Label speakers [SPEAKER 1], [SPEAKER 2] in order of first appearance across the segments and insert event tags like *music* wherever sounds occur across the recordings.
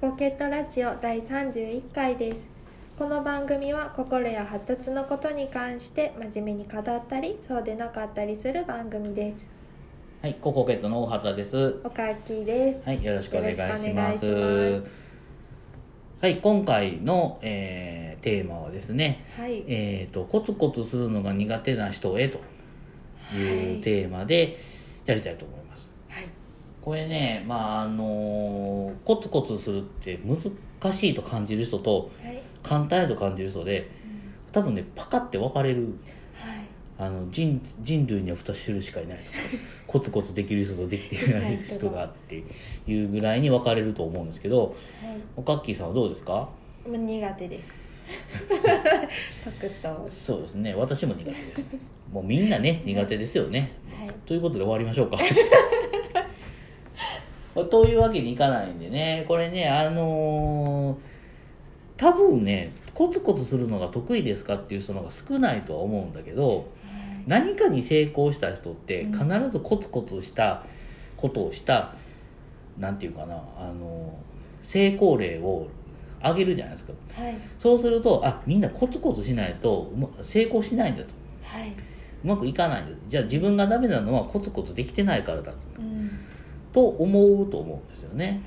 [SPEAKER 1] ポケットラジオ第31回ですこの番組は心や発達のことに関して真面目に語ったりそうでなかったりする番組です
[SPEAKER 2] はい、ココケットの大畑です。
[SPEAKER 1] おかきです
[SPEAKER 2] はい、よろしくお願いします。
[SPEAKER 1] よろしくお願いしま
[SPEAKER 2] はい、今回の、えーテーマはですね、
[SPEAKER 1] はい
[SPEAKER 2] えーと、コツコツするのが苦手な人へと
[SPEAKER 1] はいいう
[SPEAKER 2] テーマでやりたいと思います。
[SPEAKER 1] はい
[SPEAKER 2] これね、まあ、あのーコツコツするって難しいと感じる人と、
[SPEAKER 1] はい
[SPEAKER 2] 簡単やと感じる人で、多分ね、パカって分かれる。あの人人類には2種類しかいないとコツコツできる人とできていない人がっていうぐらいに分かれると思うんですけど
[SPEAKER 1] はい
[SPEAKER 2] おかっきーさんはどうですか
[SPEAKER 1] もう苦手
[SPEAKER 2] *laughs*
[SPEAKER 1] です即答は
[SPEAKER 2] そうですね私も苦手です *laughs* もうみんなね苦手ですよね
[SPEAKER 1] い
[SPEAKER 2] ということで終わりましょうか *laughs* というわけにいかないんでねこれねあのー多分ねコツコツするのが得意ですかっていう人の方が少ないとは思うんだけど何かに成功した人って必
[SPEAKER 1] うん
[SPEAKER 2] ずコツコツしたことをした、なんていうかなあの成功例を上げるじゃないですか
[SPEAKER 1] はい
[SPEAKER 2] そうするとあみんなコツコツしないとうま成功しないんだと
[SPEAKER 1] はいう
[SPEAKER 2] まくいかないんだとじゃあ自分がダメなのはコツコツできてないからだ
[SPEAKER 1] うん
[SPEAKER 2] と思うと思うんですよね
[SPEAKER 1] はい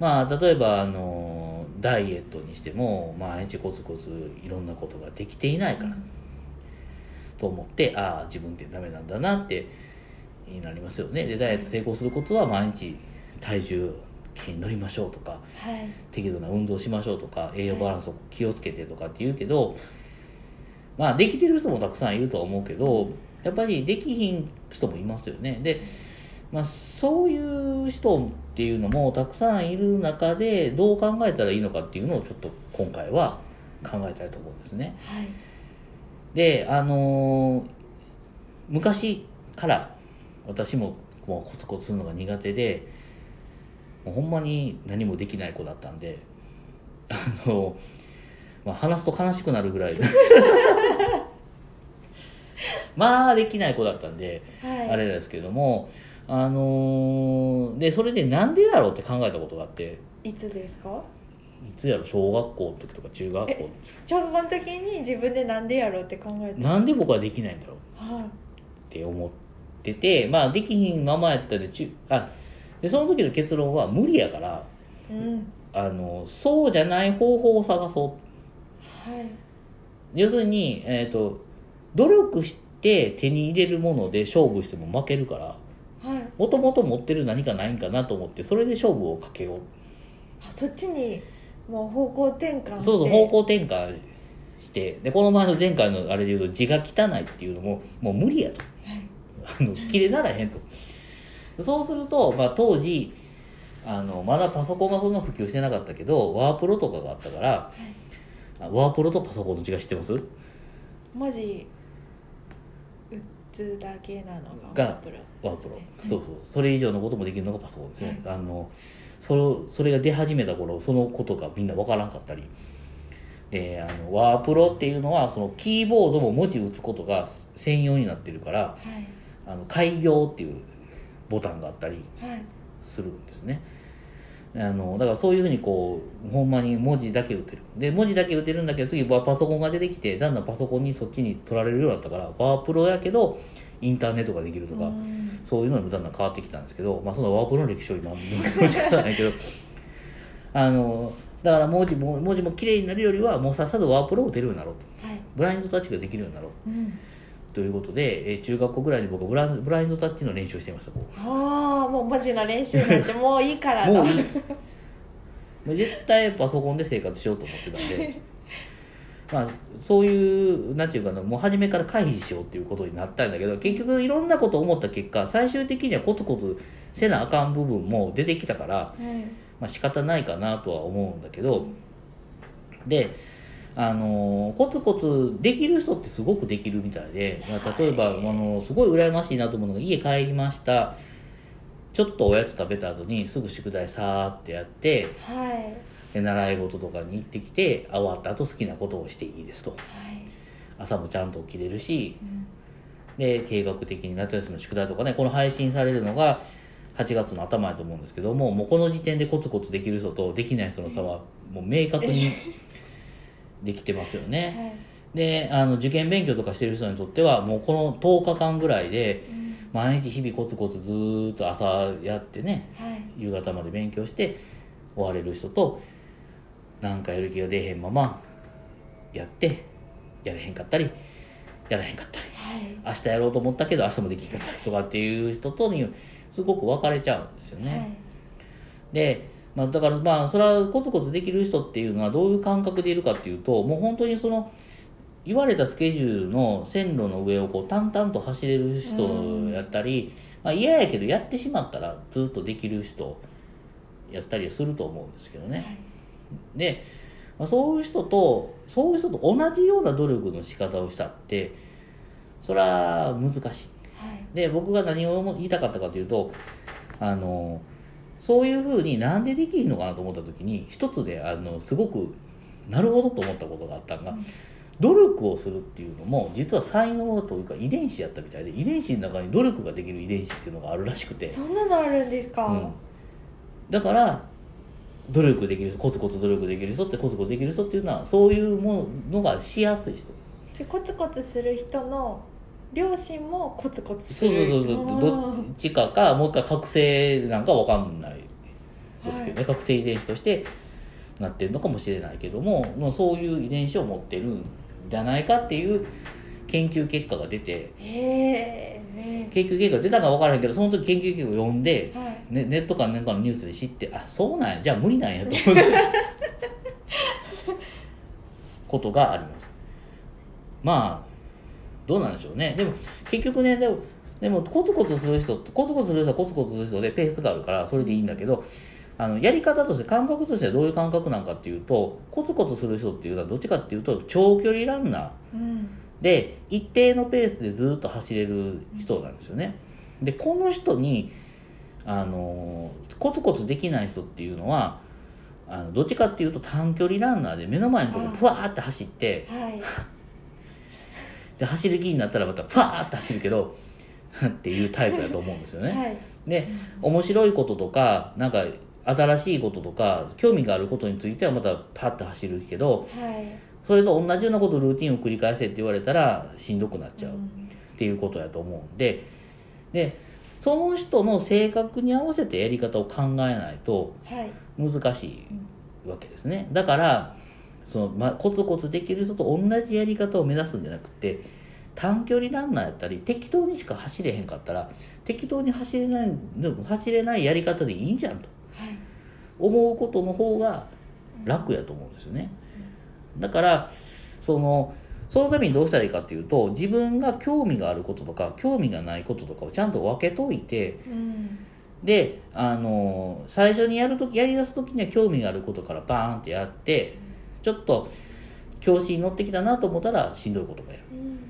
[SPEAKER 2] まあ例えばあのダイエットにしても毎日コツコツいろんなことができていないからと思ってああ自分ってダメなんだなってになりますよねでダイエット成功することは毎日体重計に乗りましょうとか
[SPEAKER 1] はい
[SPEAKER 2] 適度な運動しましょうとか栄養バランスを気をつけてとかって言うけどまあできてる人もたくさんいるとは思うけどやっぱりできひん人もいますよねで、まあ、そういう人っていうのもたくさんいる中でどう考えたらいいのかっていうのをちょっと今回は考えたいと思うんですね。
[SPEAKER 1] はい
[SPEAKER 2] であのー昔から私ももうコツコツするのが苦手でもうほんまに何もできない子だったんであのまあ、話すと悲しくなるぐ
[SPEAKER 1] *laughs*
[SPEAKER 2] らいまあできない子だったんで、
[SPEAKER 1] はい
[SPEAKER 2] あれですけどもあのーでそれでなんでやろうって考えたことがあって
[SPEAKER 1] いつですか
[SPEAKER 2] いつやろ小学校の時とか中学校
[SPEAKER 1] 小学校の時に自分でなんでやろうって考えて
[SPEAKER 2] なんで僕はできないんだろう
[SPEAKER 1] は
[SPEAKER 2] って思っててまあできひんままやったでちあでその時の結論は無理やから
[SPEAKER 1] い、うん、
[SPEAKER 2] あのそうじゃない方法を探そう
[SPEAKER 1] はい、
[SPEAKER 2] 要するに、えー、と努力して手に入れるもので勝負しても負けるから
[SPEAKER 1] はい、
[SPEAKER 2] もともと持ってる何かないんかなと思ってそれで勝負をかけよう
[SPEAKER 1] あ、そっちに、もう方向転換して。
[SPEAKER 2] そうそう方向転換してでこの前の前回のあれで言うと字が汚いっていうのももう無理やと
[SPEAKER 1] はい、
[SPEAKER 2] あの切れならへんとそうすると、まあ、当時あのまだパソコンがそんな普及してなかったけどワープロとかがあったからあワープロとパソコンの違い知ってます
[SPEAKER 1] 文字。打つだけなのが。
[SPEAKER 2] が
[SPEAKER 1] ワープロ
[SPEAKER 2] ワープロ
[SPEAKER 1] い
[SPEAKER 2] そうそうそれ以上のこともできるのがパソコンですね、あのそれをそれが出始めた頃そのことがみんなわからんかったりであのワープロっていうのはそのキーボードも文字打つことが専用になってるから
[SPEAKER 1] はい、
[SPEAKER 2] あの開業っていうボタンがあったり
[SPEAKER 1] はい、
[SPEAKER 2] するんですねあのだからそういうふうにこうほんまに文字だけ打てるで文字だけ打てるんだけど次はパソコンが出てきてだんだんパソコンにそっちに取られるようになったからワープロやけどインターネットができるとか、
[SPEAKER 1] うん
[SPEAKER 2] そういうのにだんだん変わってきたんですけど、まあ、そのワープロの歴史を今申し訳ないけど *laughs* あのだから文字も文字も綺麗になるよりはもうさっさとワープロを打てるようになろうと
[SPEAKER 1] はい、
[SPEAKER 2] ブラインドタッチができるようになろう
[SPEAKER 1] うん、
[SPEAKER 2] ということで、えー中学校ぐらいに僕はブラブラインドタッチの練習をしていましたこう
[SPEAKER 1] ああ、もう文字の練習なん
[SPEAKER 2] *laughs*
[SPEAKER 1] て、もういいからと。
[SPEAKER 2] もういいもう絶対パソコンで生活しようと思ってたんでまあそういうなんていうかなもう初めから回避しようっていうことになったんだけど結局いろんなことを思った結果最終的にはコツコツせなあかん部分も出てきたから、
[SPEAKER 1] はい、
[SPEAKER 2] まあ仕方ないかなとは思うんだけどであのーコツコツできる人ってすごくできるみたいで、まあ、例えば、あのーすごい羨ましいなと思うのが家帰りましたちょっとおやつ食べた後にすぐ宿題さーってやって
[SPEAKER 1] はい、はい、
[SPEAKER 2] で習い事とかに行ってきてあ終わった後好きなことをしていいですと朝もちゃんと起きれるし
[SPEAKER 1] うん
[SPEAKER 2] で計画的に夏休みの宿題とかねこの配信されるのが8月の頭やと思うんですけどももうこの時点でコツコツできる人とできない人の差はもう明
[SPEAKER 1] *laughs*
[SPEAKER 2] 確にできてますよね。
[SPEAKER 1] はい
[SPEAKER 2] であの受験勉強とかしてる人にとってはもうこの10日間ぐらいで
[SPEAKER 1] うん
[SPEAKER 2] 毎日日々コツコツずーっと朝やってね
[SPEAKER 1] はい
[SPEAKER 2] 夕方まで勉強して終われる人となんかやる気が出へんままやってやれへんかったりやらへんかったり
[SPEAKER 1] はい
[SPEAKER 2] 明日やろうと思ったけど明日もできんかったりとかっていう人とにすごく分かれちゃうんですよね。
[SPEAKER 1] はい
[SPEAKER 2] で、まあ、だからまあそれはコツコツできる人っていうのはどういう感覚でいるかっていうともう本当にその言われたスケジュールの線路の上をこう淡々と走れる人やったり、まあ、嫌やけどやってしまったらずっとできる人やったりはすると思うんですけどね。
[SPEAKER 1] はい
[SPEAKER 2] で、まあ、そういう人とそういう人と同じような努力の仕方をしたってそれは難しい。
[SPEAKER 1] はい
[SPEAKER 2] で僕が何を言いたかったかというとあのそういうふうになんでできるのかなと思った時に一つであのすごくなるほどと思ったことがあったのが、
[SPEAKER 1] うん
[SPEAKER 2] 努力をするっていうのも実は才能というか遺伝子やったみたいで遺伝子の中に努力ができる遺伝子っていうのがあるらしくて、
[SPEAKER 1] そんなのあるんですか、
[SPEAKER 2] うん、だから努力できる人コツコツ努力できる人ってコツコツできる人っていうのはそういうものがしやすい人
[SPEAKER 1] でコツコツする人の両親もコツコツす
[SPEAKER 2] そう
[SPEAKER 1] る
[SPEAKER 2] そうそうそうどっちかかもう一回覚醒なんかわかんないですけどね、覚醒遺伝子としてなってるのかもしれないけどもまあそういう遺伝子を持ってるんじゃないかっていう研究結果が出て
[SPEAKER 1] へえ
[SPEAKER 2] 研究結果出たか分からへんけどその時研究結果を読んで、
[SPEAKER 1] はい
[SPEAKER 2] ね、ネットか何かのニュースで知ってあそうなんやじゃあ無理なんやと思うことがありますまあどうなんでしょうねでも結局ねでもでもコツコツする人コツコツする人はコツコツする人でペースがあるからそれでいいんだけどあのやり方として感覚としてはどういう感覚なんかっていうとコツコツする人っていうのはどっちかっていうと長距離ランナー
[SPEAKER 1] うん
[SPEAKER 2] で一定のペースでずっと走れる人なんですよねでこの人にあのコツコツできない人っていうのはあのどっちかっていうと短距離ランナーで目の前のところ
[SPEAKER 1] あ
[SPEAKER 2] ふわーって走って
[SPEAKER 1] はい
[SPEAKER 2] で走る気になったらまたふわーって走るけど *laughs* っていうタイプだと思うんですよね、
[SPEAKER 1] はい
[SPEAKER 2] で面白いこととかなんか新しいこととか興味があることについてはまたパッと走るけど
[SPEAKER 1] はい
[SPEAKER 2] それと同じようなことをルーティンを繰り返せって言われたらしんどくなっちゃう、
[SPEAKER 1] うん
[SPEAKER 2] っていうことやと思うんででその人の性格に合わせてやり方を考えないと
[SPEAKER 1] はい
[SPEAKER 2] 難しいわけですねだからその、ま、コツコツできる人と同じやり方を目指すんじゃなくて短距離ランナーやったり適当にしか走れへんかったら適当に走れない走れないやり方でいいじゃんと
[SPEAKER 1] はい
[SPEAKER 2] 思うことの方が楽やと思うんですよね。だからそのそのためにどうしたらいいかっていうと自分が興味があることとか興味がないこととかをちゃんと分けといて
[SPEAKER 1] うん
[SPEAKER 2] であの最初にやるときやりだす時には興味があることからバーンってやってちょっと調子に乗ってきたなと思ったらしんどいことからやる
[SPEAKER 1] うん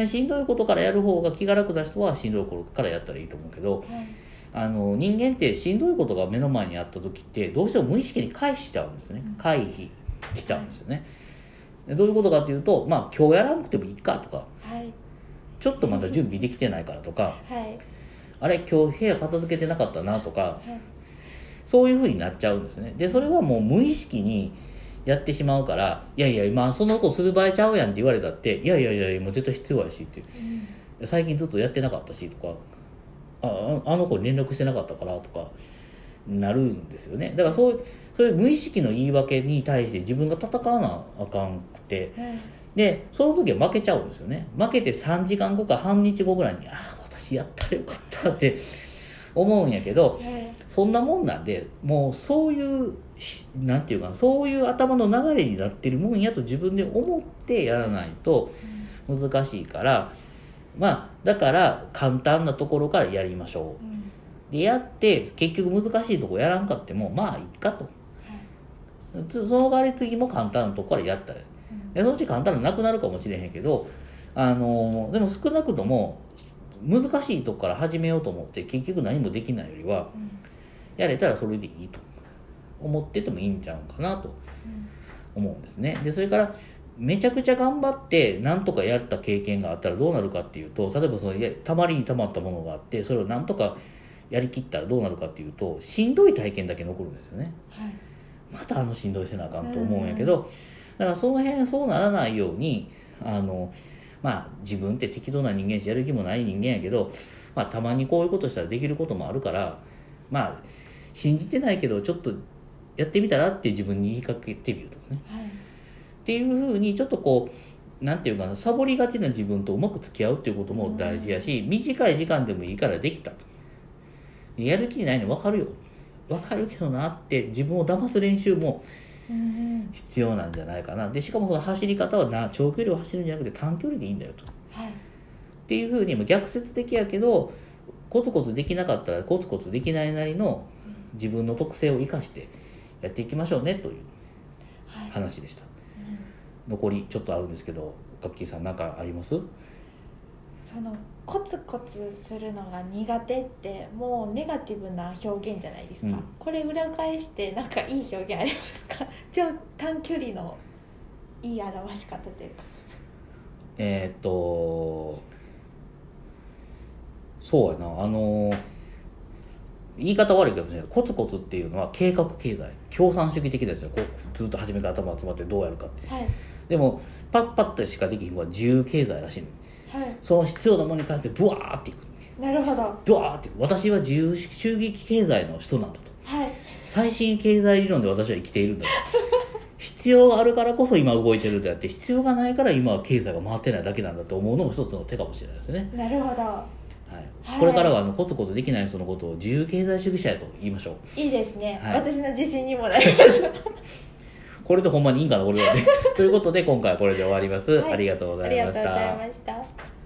[SPEAKER 2] でしんどいことからやる方が気が楽な人はしんどいことからやったらいいと思うけど
[SPEAKER 1] はい
[SPEAKER 2] あの人間ってしんどいことが目の前にあった時ってどうしても無意識に回避しちゃうんですね
[SPEAKER 1] うん
[SPEAKER 2] 回避しちゃうんですよねでどういうことかっていうとまあ今日やらなくてもいいかとか
[SPEAKER 1] はい
[SPEAKER 2] ちょっとまだ準備できてないからとか
[SPEAKER 1] はい
[SPEAKER 2] あれ今日部屋片付けてなかったなとか
[SPEAKER 1] はい
[SPEAKER 2] そういうふうになっちゃうんですねでそれはもう無意識にやってしまうからいやいや今その子する場合ちゃうやんって言われたっていやいやいやもう絶対必要やしっていう
[SPEAKER 1] うん
[SPEAKER 2] 最近ずっとやってなかったしとかあああの子に連絡してなかったからとかなるんですよねだからそうそういう無意識の言い訳に対して自分が戦わなあかんくて
[SPEAKER 1] はい
[SPEAKER 2] でその時は負けちゃうんですよね負けて3時間後か半日後ぐらいにああ私やったらよかったって思うんやけど
[SPEAKER 1] はい
[SPEAKER 2] そんなもんなんでもうそういうしなんていうかなそういう頭の流れになってるもんやと自分で思ってやらないと難しいからまあだから簡単なところからやりましょ
[SPEAKER 1] うん
[SPEAKER 2] うでやって結局難しいとこやらんかってもまあいっかとつその代わり次も簡単なとこからやったら
[SPEAKER 1] うん
[SPEAKER 2] でそのうち簡単なのなくなるかもしれへんけどあのでも少なくとも難しいとこから始めようと思って結局何もできないよりは
[SPEAKER 1] うん
[SPEAKER 2] やれたらそれでいいと思っててもいいんちゃうかなと
[SPEAKER 1] うん
[SPEAKER 2] 思うんですねでそれからめちゃくちゃ頑張って何とかやった経験があったらどうなるかっていうと例えばそのいやたまりにたまったものがあってそれを何とかやりきったらどうなるかっていうとしんどい体験だけ残るんですよね
[SPEAKER 1] はい
[SPEAKER 2] またあのしんどいせなあかんと思うんやけどだからその辺そうならないようにあのまあ自分って適当な人間やしやる気もない人間やけど、まあ、たまにこういうことしたらできることもあるからまあ信じてないけどちょっとやってみたらって自分に言いかけてみるとかね
[SPEAKER 1] はい
[SPEAKER 2] っていうふうにちょっとこうなんていうかなサボりがちな自分とうまく付き合うっていうことも大事やし、短い時間でもいいからできたやる気ないの分かるよ分かるけどなって自分を騙す練習も
[SPEAKER 1] うんうん
[SPEAKER 2] 必要なんじゃないかなでしかもその走り方はな長距離を走るんじゃなくて短距離でいいんだよとっ
[SPEAKER 1] はい
[SPEAKER 2] ていうふうにまあ逆説的やけどコツコツできなかったらコツコツできないなりの自分の特性を生かしてやっていきましょうねという
[SPEAKER 1] はい
[SPEAKER 2] 話でした
[SPEAKER 1] うん
[SPEAKER 2] 残りちょっとあるんですけどガッキーさん何かあります
[SPEAKER 1] そのコツコツするのが苦手ってもうネガティブな表現じゃないですか、
[SPEAKER 2] うん
[SPEAKER 1] これ裏返してなんかいい表現あります
[SPEAKER 2] *laughs*
[SPEAKER 1] か超短距離のいい表し方というか
[SPEAKER 2] えーっとそうやなあの言い方悪いけどねコツコツっていうのは計画経済共産主義的ですよこうずっと初めから頭が決まってどうやるかって
[SPEAKER 1] はい
[SPEAKER 2] でもパッパッとしかできひんのは自由経済らしいの
[SPEAKER 1] はい
[SPEAKER 2] その必要なものに関してブワーっていく
[SPEAKER 1] なるほどは
[SPEAKER 2] ドワーっていく私は自由主義経済の人なんだと
[SPEAKER 1] い
[SPEAKER 2] 最新経済理論で私は生きているんだと *laughs* 必要があるからこそ今動いてるんであって必要がないから今は経済が回ってないだけなんだと思うのも一つの手かもしれないですね、
[SPEAKER 1] なるほど
[SPEAKER 2] はい
[SPEAKER 1] はい
[SPEAKER 2] これからはあのコツコツできない人のことを自由経済主義者やと言いましょう
[SPEAKER 1] いいですね、
[SPEAKER 2] はい
[SPEAKER 1] 私の自信にもなりま
[SPEAKER 2] *laughs*
[SPEAKER 1] した *laughs*
[SPEAKER 2] これでほんまにいいんかな俺はねということで今回はこれで終わります、
[SPEAKER 1] はい
[SPEAKER 2] ありがと
[SPEAKER 1] あ
[SPEAKER 2] うござ
[SPEAKER 1] り
[SPEAKER 2] い
[SPEAKER 1] がと
[SPEAKER 2] ま
[SPEAKER 1] う
[SPEAKER 2] し
[SPEAKER 1] ござい
[SPEAKER 2] た
[SPEAKER 1] ました